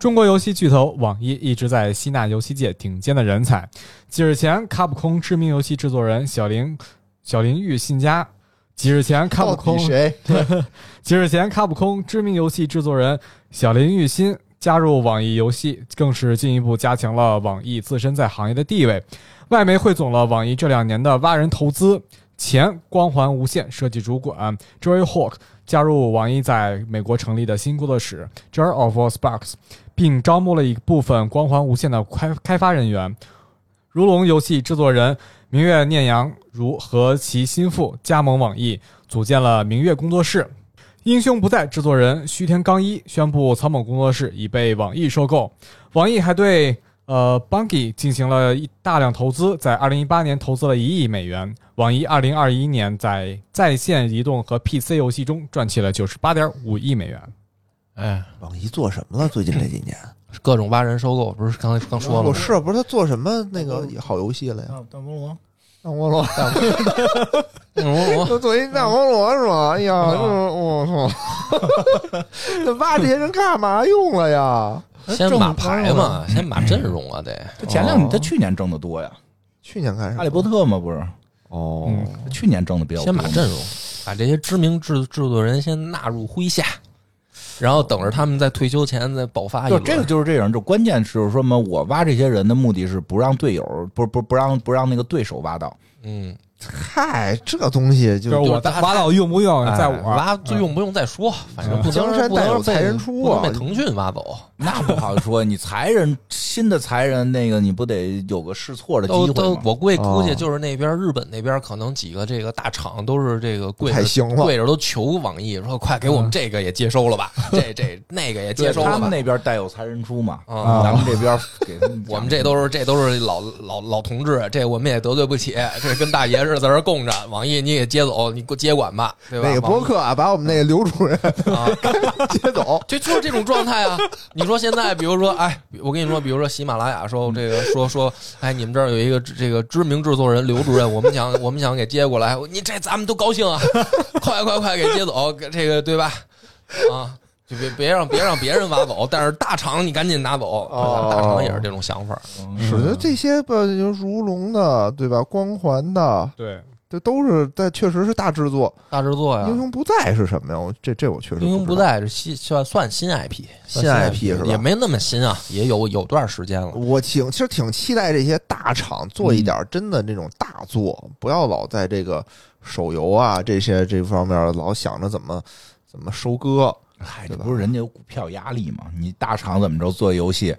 S1: 中国游戏巨头网易一直在吸纳游戏界顶尖的人才。几日前，卡普空知名游戏制作人小林小林玉信佳；几日前，卡
S4: 到
S1: 普
S4: 底
S1: 空
S4: 谁？
S1: 几日前，卡普空知名游戏制作人小林玉新加入网易游戏，更是进一步加强了网易自身在行业的地位。外媒汇总了网易这两年的挖人投资。前光环无限设计主管 Joy Hawk 加入网易在美国成立的新工作室 Jar of All Sparks，并招募了一部分光环无限的开开发人员，如龙游戏制作人明月念阳如和其心腹加盟网易，组建了明月工作室。英雄不在制作人须田刚一宣布草蜢工作室已被网易收购，网易还对呃 Bungie 进行了一大量投资，在二零一八年投资了一亿美元。网易二零二一年在在线移动和 PC 游戏中赚起了九十八点五亿美元。
S2: 哎，
S4: 网易做什么了？最近这几年，
S2: 各种挖人收购，不是刚才刚说了吗？
S4: 我是不是他做什么那个好游戏了呀？
S3: 大菠萝，
S4: 大菠萝，
S2: 嗯我
S4: 就做一大菠萝是吧？哎呀，
S1: 啊
S4: 嗯我操！那挖这些人干嘛用了呀？
S2: 我先码牌嘛，先码阵容啊，得。
S3: 他前两
S4: 哦
S3: 他去年挣的多呀，
S4: 去年开始
S3: 《哈利波特》嘛不是，
S4: 哦
S1: 嗯
S3: 他去年挣的比较多
S2: 先
S3: 嘛。
S2: 把阵容，把这些知名制制作人先纳入麾下，然后等着他们在退休前再爆发一
S3: 就
S2: 轮。
S3: 这个就是这样，就关键是说什么？我挖这些人的目的是不让队友，不不不让不让那个对手 挖到。
S2: 嗯，
S4: 嗨，这东西
S1: 就是
S4: 就
S1: 我
S2: 就是
S1: 挖到用不用
S2: 哎
S1: 在我
S2: 挖就用不用再说，反正不能
S4: 嗯江山
S2: 不能
S4: 代有
S2: 被
S4: 才人出
S2: 不能
S4: 啊
S2: 被腾讯挖走，
S3: 那不好说，你裁人新的裁人，那个你不得有个试错的机
S2: 都
S3: 会
S2: 都
S3: 吗？
S2: 我估计估计
S4: 哦
S2: 就是那边日本那边可能几个这个大厂都是这个跪
S4: 太
S2: 着
S4: 行了
S2: 跪着都求网易说快给我们这个也接收了 吧，这这那个也
S3: 对
S2: 接收
S3: 他
S2: 了
S3: 们
S2: 吧。
S3: 那边带有裁人出嘛，
S2: 啊
S3: 咱们这边给他们
S2: 我们这都是这都是老老老同志，这我们也得罪不起，这跟大爷似的在这儿供着。网易你也接走，你给我接管吧，对吧？嗯
S4: 哪个
S2: 网
S4: 播客啊，把我们那个刘主任
S2: 啊，
S4: 接走，
S2: 就就是这种状态啊！你说现在，比如说，哎，我跟你说，比如说喜马拉雅说这个说说，哎，你们这儿有一个这个知名制作人刘主任，我们想我们想给接过来，你这咱们都高兴啊！快快快，给接走，给这个对吧？啊，就别别让别让别人挖走，但是大厂你赶紧拿走，
S4: 哦
S2: 大厂也是这种想法。
S3: 嗯
S4: 使得这些吧，就如龙的，对吧？光环的，
S1: 对，
S4: 这都是但确实是大制作。
S2: 大制作呀，
S4: 英雄不在是什么呀？我这这我确实
S2: 啊英雄
S4: 不
S2: 不
S4: 知道。
S2: 在这新算算新 IP，
S4: 新
S2: 算
S4: IP 是吧
S2: 也没那么新啊，也有有段时间了。
S3: 嗯
S4: 我挺其实挺期待这些大厂做一点真的那种大作，不要老在这个手游啊这些这方面老想着怎么怎么收割。
S3: 嗨，
S4: 对
S3: 这
S4: 吧
S3: 不是人家有股票压力吗？你大厂怎么着做游戏，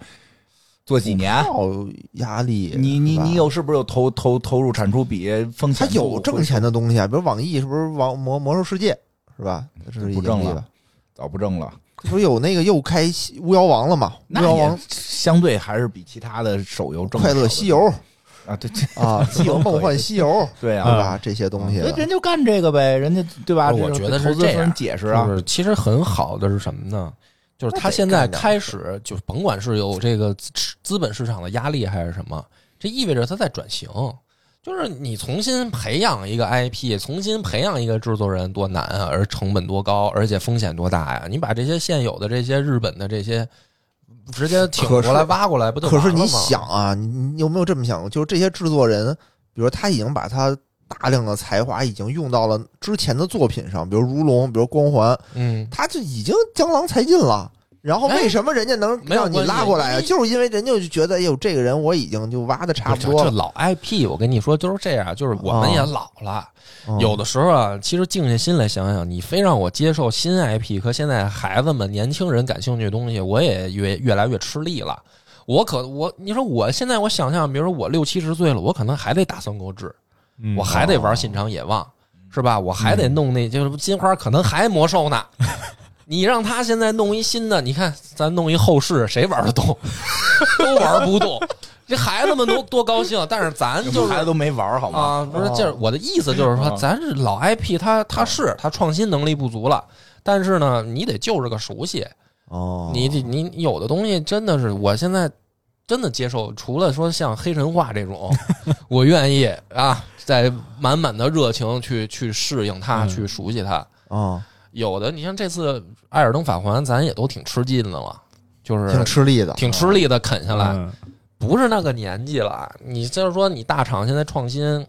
S3: 做几年？
S4: 要压力，
S3: 你你
S4: 是吧
S3: 你有是不是有投投投入产出比风
S4: 它
S3: 险度？
S4: 有挣钱的东西啊，比如网易是不是网魔魔兽世界是吧？这是
S3: 嗯不挣
S4: 盈利
S3: 了
S4: 吧？
S3: 早不挣了。
S4: 这不是有那个又开巫妖王了吗？巫
S3: 那
S4: 妖
S3: 也
S4: 王
S3: 相对还是比其他的手游挣
S4: 快
S3: 少
S4: 乐
S3: 的
S4: 西游
S3: 啊，对对
S4: 啊，
S3: 西游可以
S4: 梦幻西游，
S3: 对
S4: 对
S3: 啊，
S4: 吧？这些嗯东西
S3: 人人就干这个呗，人家对吧？
S2: 我
S3: 这
S2: 觉得是
S3: 投资
S2: 这样
S3: 人解释啊
S2: 就，是其实很好的是什么呢？就是他现在开始就甭管是有这个资资本市场的压力还是什么，这意味着他在转型。就是你重新培养一个 IP，重新培养一个制作人多难啊，而成本多高，而且风险多大呀、你把这些现有的这些日本的这些直接挺
S4: 可
S2: 过
S4: 是
S2: 来挖过来，不就
S4: 可是
S2: 完了
S4: 你
S2: 吗
S4: 想啊，你你有没有这么想过？就是这些制作人，比如他已经把他大量的才华已经用到了之前的作品上，比如《如龙》，比如《光环》，
S2: 嗯，
S4: 他就已经江郎才尽了。然后为什么人家能
S2: 哎没有
S4: 让你
S2: 关系
S4: 拉过来
S2: 因
S4: 啊？
S2: 为
S4: 就是因为人家就觉得，哎呦，这个人我已经就挖的差不多哦
S2: 这
S4: 了。
S2: 老 IP，我跟你说就是这样，就是我们也老了，
S4: 嗯
S2: 有的时候啊，其实静下心来想想，你非让我接受新 IP 和现在孩子们、年轻人感兴趣的东西，我也越越来越吃力了。我可我你说我现在我想象，比如说我六七十岁了，我可能还得打算购置，
S1: 嗯
S2: 我还得
S3: 哦
S2: 玩《信长野望》，是吧？我还得
S3: 嗯
S2: 弄那就是金花，可能还魔兽呢。 你让他现在弄一新的，你看咱弄一后世，谁玩得动？ 都玩不动。这孩子们 都多高兴，但是咱
S3: 这
S2: 就
S3: 不
S2: 是
S3: 孩子都没玩儿好吗？
S2: 啊，不是，就是我的意思就是说
S1: 哦，
S2: 咱是老 IP，它它
S3: 哦
S2: 是它创新能力不足了，但是呢，你得就是个熟悉，
S4: 哦，
S2: 你得你你有的东西真的是，我现在真的接受，除了说像黑神话这 种，我愿意啊，在满满的热情去去适应它，
S1: 嗯
S2: 去熟悉它。
S4: 啊，
S2: 有的，你像这次《艾尔登法环》，咱也都挺吃劲的了，就是
S4: 挺吃力的。
S2: 挺吃力的啃下来。
S1: 嗯
S2: 不是那个年纪了，你就是说你大厂现在创新，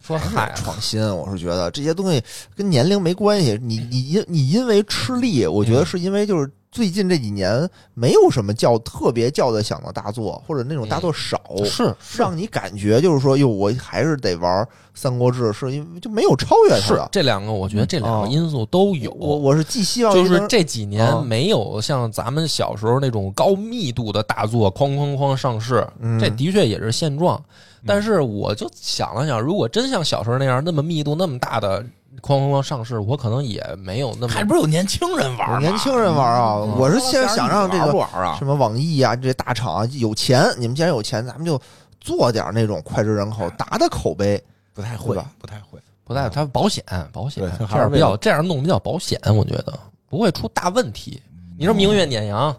S2: 说
S4: 哎
S2: 嗨，
S4: 创新，我是觉得这些东西跟年龄没关系。你你因你因为吃力，
S2: 嗯
S4: 我觉得是因为就是最近这几年没有什么叫特别叫得响的大作，或者那种大作少，
S2: 是
S4: 让你感觉就是说，哟，我还是得玩《三国志》，是因为就没有超越它
S2: 是
S4: 的。
S2: 这两个，我觉得这两个
S4: 嗯
S2: 因素都有。
S4: 我我是寄希望
S2: 就
S4: 于
S2: 是
S4: 能
S2: 这几年
S3: 啊
S4: 嗯
S2: 没有像咱们小时候那种高密度的大作哐哐哐上市，
S4: 嗯
S2: 这的确也是现状。
S3: 嗯
S2: 但是我就想了想，如果真像小时候那样那么密度那么大的哐哐哐上市，我可能也没有那么
S3: 还不是有年轻人玩儿
S4: 有
S3: 吗？
S4: 年轻人玩啊，
S2: 嗯
S4: 我是现在想让这
S3: 玩不
S4: 个
S3: 玩儿啊？
S4: 什么网易啊这些大厂啊有钱，你们既然有钱，咱们就做点那种脍炙人口、
S2: 嗯
S4: 打打口碑。
S3: 不太
S4: 会吧，
S3: 不太会。
S2: 不太它保险保险
S3: 对它
S2: 这
S3: 还是
S2: 样
S3: 为
S2: 比
S3: 了
S2: 较这样弄比较保险，我觉得不会出大问题。你说明月碾阳，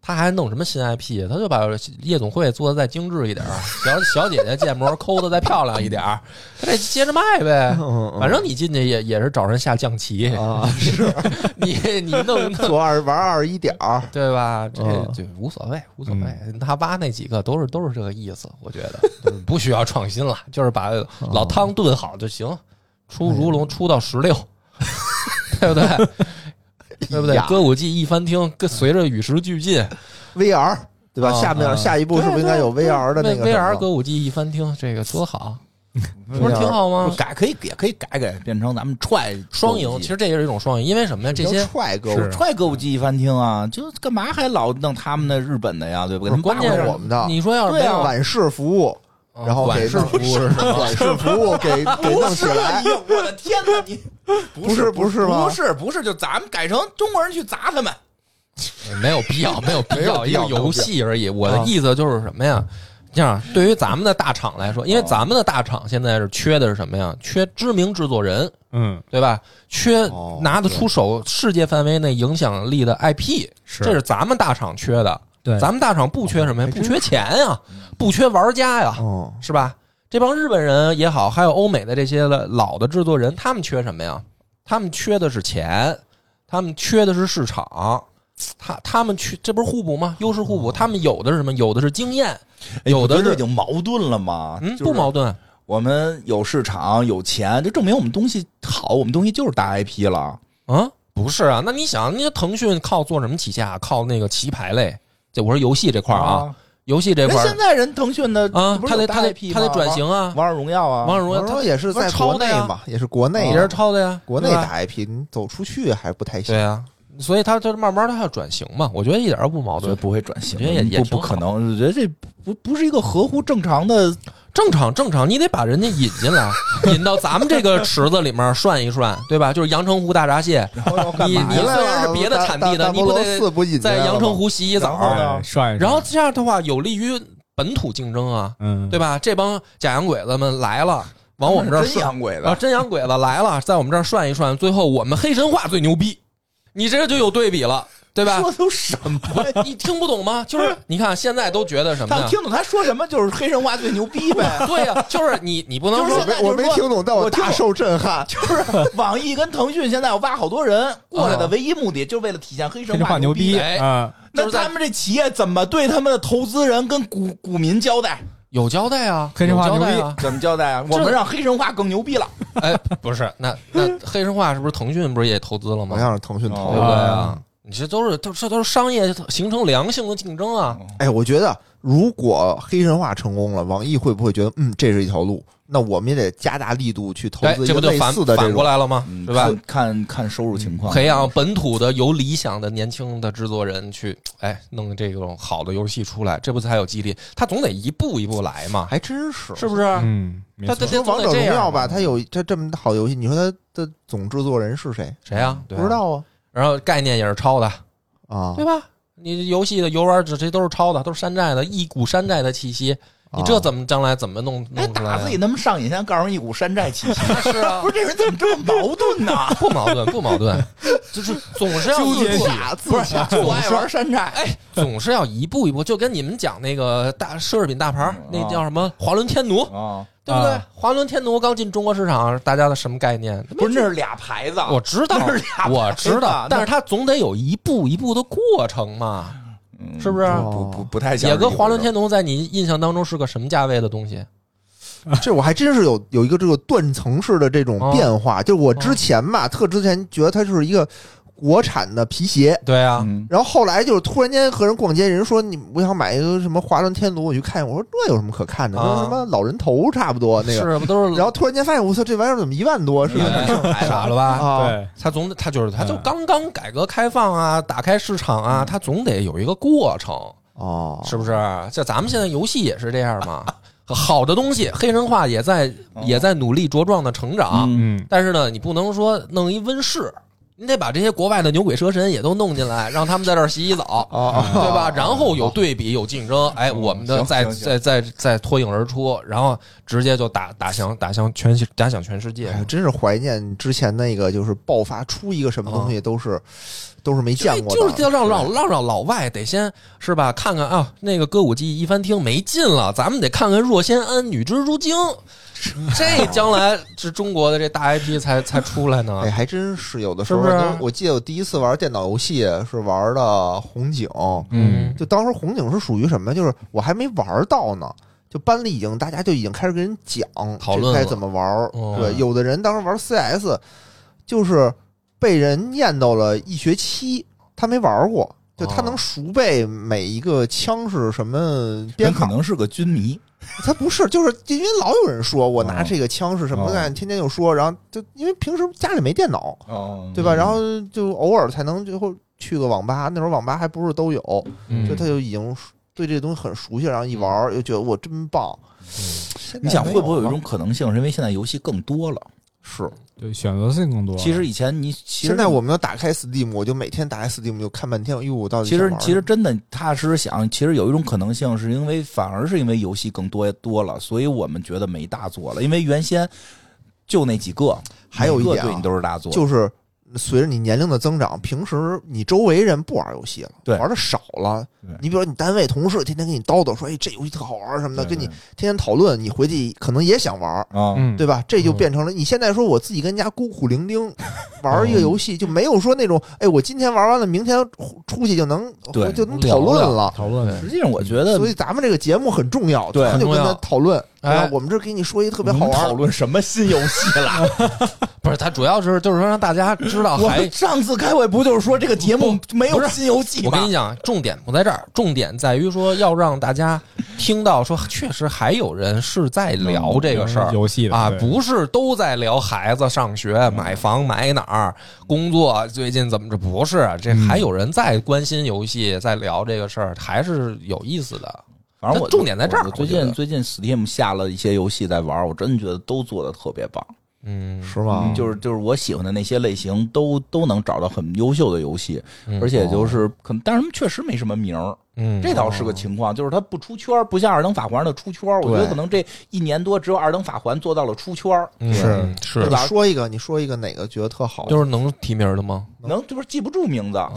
S2: 他还弄什么新 IP？他就把夜总会做的再精致一点儿，小小姐姐建模抠的再漂亮一点儿，他得接着卖 呗。
S4: 嗯
S2: 反正你进去也也是找人下象棋，
S4: 啊，是
S2: 你你弄 弄
S4: 做二玩二一点儿，
S2: 对吧？这
S4: 嗯
S2: 就无所谓，无所谓。他挖那几个都是都是这个意思，我觉 得就是不需要创新了，就是把老汤炖好就
S4: 嗯
S2: 行，出如龙出到十 六，对不对？对不对？歌舞伎一番厅跟随着与时俱进，
S4: VR 对吧？
S2: 啊
S4: 下面
S2: 啊
S4: 下一步是不是应该有 VR 的那个
S2: V
S4: 什
S2: R
S4: 么
S2: 歌舞伎一番厅，这个多好，
S4: VR
S2: 不是挺好吗？
S3: 改可以也可以改改，变成咱们踹
S2: 双赢，其实这也是一种双赢，因为什么呀？这
S4: 叫
S2: 些
S4: 踹歌舞
S1: 是
S3: 踹歌舞伎一番厅啊，就干嘛还老弄他们的日本的呀，对不对？给他们
S2: 关键
S3: 扒
S2: 是
S3: 拉
S4: 我们的
S2: 你说要是没
S4: 对啊，
S2: 有，
S4: 晚市服务，然后
S2: 管
S4: 给
S2: 是啊服务是什么
S4: 晚市服务 给给弄起来，
S3: 我，我的天哪，你 不
S4: 是不是吗
S3: 不是不是，就咱们改成中国人去砸他们，
S2: 没有必要，没有必要，一
S4: 必要
S2: 个游戏而已。我的意思就是什么呀？这样对于咱们的大厂来说，因为咱们的大厂现在是缺的是什么呀？缺知名制作人，
S1: 嗯
S2: 对吧？缺
S4: 哦
S2: 拿得出手世界范围内影响力的 IP，
S1: 是
S2: 这是咱们大厂缺的。
S1: 对
S2: 咱们大厂不缺什么呀？不缺钱呀，不缺玩家呀，
S4: 哦，
S2: 是吧？这帮日本人也好，还有欧美的这些了老的制作人，他们缺什么呀？他们缺的是钱，他们缺的是市场，他他们缺这不是互补吗？优势互补，
S3: 哦
S2: 他们有的是什么？有的是经验，有的
S3: 不觉得
S2: 是
S3: 已经矛盾了吗？
S2: 嗯
S3: 就是
S2: 不矛盾，
S3: 我们有市场有钱，就证明我们东西好，我们东西就是大 IP 了。
S2: 啊，不是啊？那你想，那腾讯靠做什么旗下？靠那个棋牌类，这我说游戏这块儿啊，游戏这
S3: 哦那
S2: 块儿
S3: 现在人腾讯的
S2: 啊，
S3: 不是
S2: 他得
S3: 有大
S2: 他得
S3: IP
S2: 他得
S3: 吗
S2: 转型啊
S3: 王，王者荣耀啊，
S2: 王者荣
S4: 我
S2: 耀
S4: 说
S2: 他
S4: 也是在国内
S2: 他抄的
S4: 嘛，也是国内
S2: 也是
S4: 的，
S2: 抄的呀，
S4: 国内
S2: 啊对吧
S4: 的 IP，你走出去还不太行
S2: 对。啊，所以他就慢慢他要转型嘛，我觉得一点儿都不矛
S3: 我觉得
S2: 盾。
S3: 不会转型，
S2: 我觉得也也
S3: 不
S2: 挺
S3: 不
S2: 好
S3: 可能。我觉得这不不是一个合乎正常的
S2: 正常正常，你得把人家引进来，引到咱们这个池子里面涮一涮，对吧？就是阳澄湖大闸蟹，
S4: 然后要干
S2: 你
S4: 嘛
S2: 你
S4: 来了
S2: 虽然是别的产地的
S4: 大
S2: 你不得
S4: 大菠萝四不引进
S2: 在
S4: 来了吗
S2: 阳澄湖洗洗
S4: 然后
S2: 澡，
S4: 呢
S1: 哎涮一涮，
S2: 然后这样的话有利于本土竞争啊，
S1: 嗯，
S2: 对吧？这帮假洋鬼子们来了，往哦我们这儿啊
S3: 真
S2: 涮，
S3: 洋鬼
S2: 然后
S3: 子，
S2: 真洋鬼子来了，在我们这儿涮一涮，最后我们黑神话最牛逼，你这就有对比了，对吧？
S3: 说都什么？
S2: 你听不懂吗？就是你看现在都觉得什么
S3: 他们
S2: 呀？
S3: 听懂他说什么就是黑神话最牛逼呗。
S2: 对呀、就是你你不能
S3: 就是
S2: 说
S4: 我
S3: 现在
S4: 没我没
S3: 说
S4: 听懂，但
S3: 我听
S4: 大
S3: 懂
S4: 受 震撼。
S3: 就是网易跟腾讯现在要挖好多人过来的
S2: 啊
S3: 唯一目的，就是为了体现黑
S1: 黑
S3: 神
S1: 神话牛
S3: 逼。
S2: 哎
S1: 啊，
S3: 那
S2: 就是在
S3: 他们这企业怎么对他们的投资人跟股股民交代？
S2: 有交代啊，
S1: 黑神话
S2: 有
S1: 牛
S2: 交
S1: 逼
S2: 代啊。
S3: 怎么交代啊？我们让黑神话更牛逼了。
S2: 哎，不是，那那黑神话是不是腾讯不是也投资了
S4: 好
S2: 吗？
S4: 像是腾讯投
S2: 对不
S4: 的。
S2: 对啊？你这都是都这都是商业形成良性的竞争啊！
S4: 哎，我觉得如果黑神话成功了，网易会不会觉得嗯这是一条路？那我们也得加大力度去投
S2: 哎，
S4: 资一
S2: 这
S4: 个
S2: 不就
S4: 类
S2: 反
S4: 似的这
S2: 反过
S4: 种。嗯
S2: 来了吗？对吧？？
S3: 嗯
S2: 啊
S3: 看看收入情况
S2: 培养本土的有理想的年轻的制作人去，哎，弄这种好的游戏出来，这不才有激励？他总得一步一步来嘛，
S4: 还真是，
S2: 是不是？
S1: 嗯，没
S2: 他
S1: 错
S2: 他他
S4: 王
S2: 总
S4: 者
S2: 得这
S4: 荣耀
S2: 样
S4: 吧？它有它这么好游戏，你说它的总制作人是谁？
S2: 谁啊？对啊
S4: 不知。道啊
S2: 然后概念也是抄的，
S4: 啊！
S2: 对吧？你游戏的游玩这这都是抄的，都是山寨的，一股山寨的气息。你这
S4: 啊
S2: 怎么将来怎么弄
S3: 哎，
S2: 弄出来
S3: 打
S2: 啊
S3: 自？己那么上瘾，现在告诉人一股山寨气息，
S2: 是啊
S3: 不，是这人怎么这么矛盾呢？
S2: 不矛盾，不矛盾，就是总是要
S1: 纠结
S2: 一步
S1: 体
S3: 自洽，就爱玩山寨。
S2: 哎，啊 总是要一步一步，就跟你们讲那个大奢侈品大牌儿
S3: 嗯，
S2: 那叫什么华伦天奴，
S3: 啊，
S2: 对不对
S1: 啊？
S2: 华伦天奴刚进中国市场，大家的什么概念？
S3: 不是那是俩牌子，啊
S2: 我知 道
S3: 那是俩牌，子
S2: 我知道
S3: 那，
S2: 但是他总得有一步一步的过程嘛，啊
S3: 嗯
S2: 是不是？
S4: 哦
S3: 不不不太像
S2: 野
S3: 是一
S2: 哥，
S3: 回事。
S2: 华伦天奴在你印象当中是个什么价位的东西？
S4: 这我还真是有有一个这个断层式的这种
S2: 哦
S4: 变化，就是我之前吧，特之前觉得它就是一个国产的皮鞋，
S2: 对啊，
S3: 嗯，
S4: 然后后来就是突然间和人逛街，人说你我想买一个什么华伦天奴，我去看，我说这有什么可看的？
S2: 啊
S4: 跟什么老人头差不多那个。
S2: 是不都是
S4: 然后突然间发现，我操，这玩意儿怎么一万多？是吧？
S2: 傻了吧？
S4: 啊，
S1: 对，
S2: 他总得他就是他就
S1: 嗯
S2: 刚刚改革开放啊，打开市场啊，他总得有一个过程，
S4: 哦，
S2: 是不是？这咱们现在游戏也是这样嘛。好的东西，黑神话也在
S3: 哦
S2: 也在努力茁壮的成长，
S3: 嗯
S1: 嗯，
S2: 但是呢，你不能说弄一温室，你得把这些国外的牛鬼蛇神也都弄进来，让他们在这儿洗洗澡，
S4: 哦，
S2: 对吧？然后有对比，有竞争，哎，
S3: 嗯
S2: 我们的
S3: 行
S2: 再
S3: 行行
S2: 再再再脱颖而出，然后直接就打打响打响全打响全世界
S4: 哎，。真是怀念之前那个，就是爆发出一个什么东西都是、都是没见过的，
S2: 嗯就是要让老让让老外得先是吧？看看啊，那个歌舞伎一番厅没劲了，咱们得看看若仙庵女蜘蛛 精，这将来是中国的这大 IP 才才出来呢
S4: 哎，。还真是有的时候，
S2: 是不是
S4: 就我记得我第一次玩电脑游戏是玩的红警，
S1: 嗯
S4: 就当时红警是属于什么？就是我还没玩到呢，就班里已经大家就已经开始跟人讲
S2: 讨论了
S4: 这该怎么玩。
S2: 哦
S4: 对，有的人当时玩 CS，就是被人念叨了一学期，他没玩过。就他
S2: 哦
S4: 能熟背每一个枪是什么编
S3: 人可
S4: 号，
S2: 哦
S3: 能是个军迷，
S4: 他不是，就是因为老有人说我拿
S3: 哦
S4: 这个枪是什么
S3: 哦
S4: 干，天天就说，然后就因为平时家里没电脑，
S3: 哦
S4: 对
S2: 嗯
S4: 吧？然后就偶尔才能最后去个网吧，那时候网吧还不是都有，
S1: 嗯
S4: 就他就已经对这个东西很熟悉，然后一玩儿就觉得我真棒。嗯现在
S3: 你想
S4: 没啊
S3: 会不会有一
S4: 了
S3: 种可能性，是因为现在游戏更多了？
S4: 是？
S1: 对，选择性更多了。
S3: 其实以前你其实
S4: 现在我们要打开 Steam，我就每天打开 Steam 就看半天，哟，我到底
S3: 其
S4: 想
S3: 实
S4: 玩
S3: 其实
S4: 什么
S3: 真的踏实想，其实有一种可能性，是因为反而是因为游戏更多多了，所以我们觉得没大作了，因为原先就那几个，
S4: 还有一
S3: 每个
S4: 点啊
S3: 对你都是大作，
S4: 就是随着你年龄的增长，平时你周围人不玩游戏了，
S3: 对
S4: 玩的少了
S3: 对。
S4: 你比如说你单位同事天天跟你叨叨说，哎，这游戏特好玩儿什么的，
S3: 对
S4: 跟你
S3: 对
S4: 天天讨论，你回去可能也想玩儿。
S3: 啊，
S1: 嗯，
S4: 对吧？这就
S2: 嗯
S4: 变成了你现在说我自己跟家孤苦伶仃玩一个游戏，就没有说那种哎，我今天玩完了，明天出去就能
S3: 对
S4: 就能讨论了。
S1: 讨论
S3: 实际上我觉得
S4: 所以咱们这个节目很重要，
S3: 对
S4: 咱就跟
S2: 很重
S4: 他
S2: 要
S4: 讨论。对吧
S2: 哎
S4: 我们这给你说一个特
S3: 特
S4: 别好玩
S3: 讨
S4: 儿，
S3: 论什么新游戏了？
S2: 不是，他主要是就是说让大家知道
S3: 我
S2: 还
S3: 们上次开会不就是说这个节目没
S2: 不
S3: 有
S2: 是
S3: 新游戏
S2: 我
S3: 吗
S2: 跟你？讲，重点不在这儿，重点在于说要让大家听到说，确实还有人是在聊这个事儿。
S1: 嗯游戏的
S2: 啊，
S1: 对嗯
S2: 不是都在聊孩子上学、买房、买哪儿、工作，最近怎么着？不
S1: 嗯
S2: 是，这还有人在关心游戏，在聊这个事儿，还是有意思的。
S3: 反正我
S2: 它重点在这儿
S3: 我
S2: 我
S3: 最
S2: 觉得
S3: 近最近 Steam 下了一些游戏在玩，我真觉得都做的特别棒。
S2: 嗯，
S4: 是吗？
S3: 啊就是就是我喜欢的那些类型都都能找到很优秀的游戏，
S2: 嗯
S3: 而且就是可能，但是他们确实没什么名儿，
S2: 嗯，
S3: 这倒是个情况，就是它不出圈儿，不像《二等法环》的出圈儿。我觉得
S4: 对
S3: 可能这一年多只有《二等法环》做到了出圈儿，
S2: 嗯
S1: 是
S3: 对
S2: 是
S4: 你
S3: 吧
S4: 说一个，你说一个哪个觉得特好？
S2: 就是能提名的吗？
S3: 能就是记不住名字，
S2: 哦，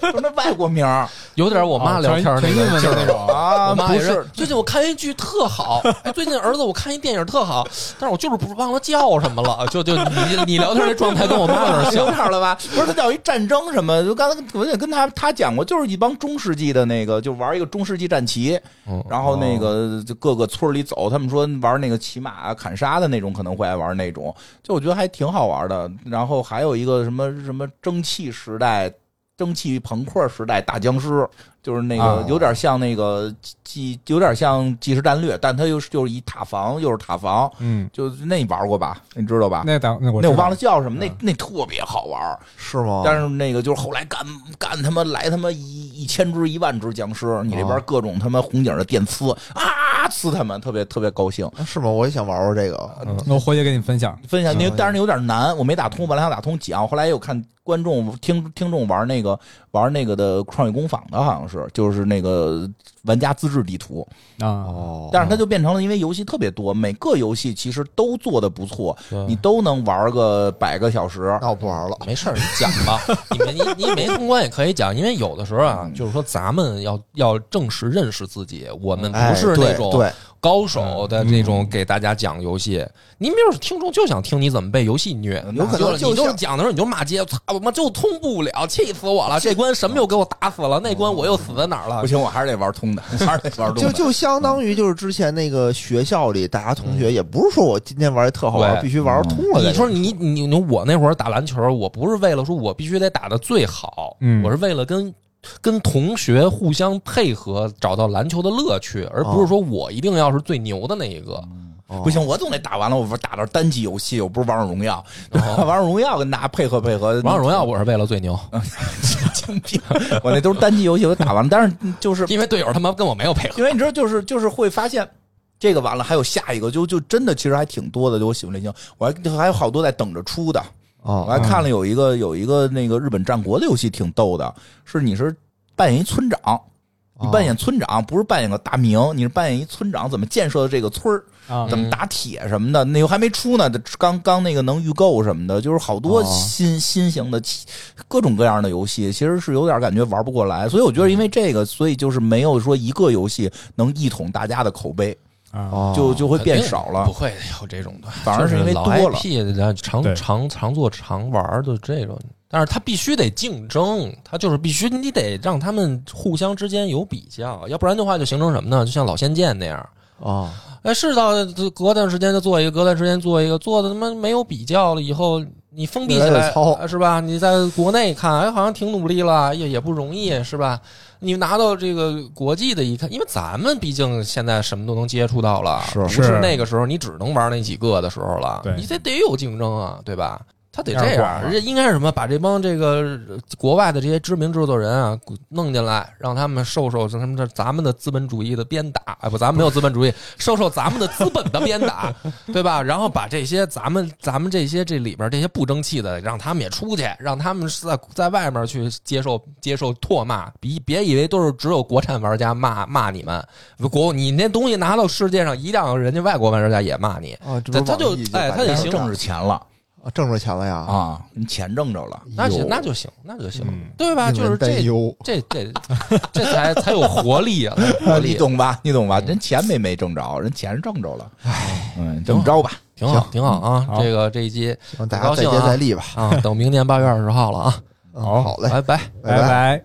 S3: 就是那外国名儿
S2: 有点我妈聊天那
S1: 啊英
S2: 个
S1: 文
S2: 劲
S1: 的那
S2: 儿。
S1: 种，
S3: 啊
S2: 我妈
S3: 不
S2: 也是
S3: 是，
S2: 最近我看一剧特好，哎，最近儿子我看一电影特好，但是我就是不忘了叫什么了，就就你你聊天这状态跟我妈有点
S3: 有
S2: 像
S3: 点，儿了吧？啊不是，它叫一战争什么？就刚才我也跟他他讲过，就是一帮中世纪的那个，就玩一个中世纪战旗，
S2: 嗯
S3: 然后那个就各个村儿里走，他们说玩那个骑马啊砍杀的那种，可能会爱玩那种，就我觉得还挺好玩的。然后还有一个什么什么蒸汽时代。蒸汽朋克时代打僵尸，就是那个
S1: 啊
S3: 有点像那个即有点像即时战略，但它又是就是一塔防又是塔防，
S1: 嗯，
S3: 就那你玩过吧？你知道吧？
S1: 那当那我
S3: 那我
S1: 知道
S3: 忘了叫什么，那
S1: 嗯哦
S3: 那特别好玩儿。
S4: 是吗？
S3: 但是那个就是后来干干他妈来他妈一一千只一万只僵尸，你这
S1: 哦
S3: 边各种他妈红警的电刺啊刺他们，特别特别高兴。
S4: 啊是吗？我也想玩玩这个。
S1: 嗯那我回去给你分享。
S3: 分享那
S4: 嗯
S3: 但是那有点难，我没打通，本来想打通讲，后来有看观众听听众玩那个玩那个的创意工坊的，好像是就是那个玩家自制地图，
S1: 啊，
S4: 哦
S3: 但是它就变成了因为游戏特别多，每个游戏其实都做的不错，
S1: 嗯
S3: 你都能玩个百个小
S1: 哦
S3: 时。
S4: 那我不玩了。
S2: 没事儿，你讲吧，你没你你没通关也可以讲，因为有的时候啊
S3: 嗯，
S2: 就是说咱们要要正式认识自己，我们
S4: 哎
S2: 嗯不是那
S4: 对
S2: 种
S4: 对，
S2: 高手的那种给大家讲游戏。您就是听众就想听你怎么被游戏虐，
S3: 有可能
S2: 你
S3: 就
S2: 就
S3: 像
S2: 是讲的时候你就骂街，操我妈就通不了，气死我了！这关什么又给我打死了，那关我又死在哪儿了
S3: 不？行，我还是得玩通的， 还是得玩通
S4: 就
S3: 的。
S4: 就相当于就是之前那个学校里，大家同学也不是说我今天玩的特好玩，
S2: 对嗯
S4: 必须玩通了再。
S2: 你说你你你我那会儿打篮球，我不是为了说我必须得打的最好，
S1: 嗯
S2: 我是为了跟跟同学互相配合，找到篮球的乐趣，而不是
S3: 哦
S2: 说我一定要是最牛的那一个。
S4: 哦
S3: 不行，我总得打完了，我不是打到单机游戏，我不是王者荣耀， 王者荣耀跟大家配合配合。
S2: 哦王者荣耀 我是为了最牛，
S3: 精辟，我那都是单机游戏，我打完了，但是就是
S2: 因为队友他妈跟我没有配合。
S3: 因为你知道，就是就是会发现。这个完了，还有下一个，就就真的其实还挺多的，就我喜欢类型，我还还有好多在等着出的。我
S4: 哦
S3: 还看了有一个有一个那个日本战国的游戏挺逗的，是你是扮演一村长，你
S2: 哦
S3: 扮演村长不是扮演个大名，你是扮演一村长怎么建设这个村儿，
S1: 啊
S3: 怎
S2: 嗯
S3: 么打铁什么的，那又还没出呢，刚刚那个能预购什么的，就是好多
S4: 哦
S3: 新、新型的起各种各样的游戏，其实是有点感觉玩不过来，所以我觉得因为这个，所以就是没有说一个游戏能一统大家的口碑，
S1: 啊，
S4: 哦
S3: 就就会变
S2: 肯定
S3: 少
S2: 不
S3: 了，
S2: 会有这种的，
S3: 反而是因为
S2: 老
S3: 多了
S2: IP 然后常
S1: 对
S2: 常常做常玩儿的这种，但是他必须得竞争，他就是必须你得让他们互相之间有比较，要不然的话就形成什么呢？就像老仙剑那样，
S4: 哦，
S2: 哎，是到隔段时间就做一个，隔段时间做一个，做的他妈没有比较了以后。你封闭起
S4: 越来
S2: 来
S4: 越糙
S2: 是吧？你在国内看，哎，好像挺努力了，也也不容易是吧？你拿到这个国际的一看，因为咱们毕竟现在什么都能接触到了，
S4: 是
S2: 不是那个时候你只能玩那几个的时候了
S1: 对，
S2: 你得得有竞争啊，对吧？他得
S1: 那
S2: 这
S1: 样管
S2: 样，
S1: 了
S2: 人家应该是什么？把这帮这个呃国外的这些知名制作人啊弄进来，让他们受受咱们这咱们的资本主义的鞭打，哎不，咱们没有资本主义， 受受咱们的资本的鞭 打，对吧？然后把这些咱们咱们这些这里边这些不争气的，让他们也出去，让他们是在在外面去接受接受唾骂，别别以为都是只有国产玩家骂骂你们，国你那东西拿到世界上，一定让人家外国玩家也骂你。
S4: 啊，这
S2: 他
S4: 不是
S2: 他就
S4: 网易
S2: 哎
S4: 把
S2: 他
S4: 这
S2: 得
S4: 样
S2: 行
S3: 挣着钱了
S4: 啊挣着钱了呀！
S3: 啊，你钱挣着了。啊
S2: 那行
S4: 哟，
S2: 那就行，那就行，
S1: 嗯
S2: 对吧？
S4: 令
S2: 啊就是
S4: 人啊担
S2: 这
S4: 忧
S2: 这这这才才有活力啊，才有活
S3: 你
S2: 力，
S3: 懂吧？你懂
S2: 嗯
S3: 吧？人钱没没挣着，人钱挣着了。唉，嗯，这么着吧，
S2: 挺好
S4: 行，
S2: 挺好啊！
S1: 好
S2: 这个这一集
S4: 让大家再接再厉吧。
S2: 啊，等明年八月二十号了啊，
S4: 嗯
S1: 好
S4: 好嘞，
S2: 拜拜。
S1: 拜
S4: 拜。
S1: 拜。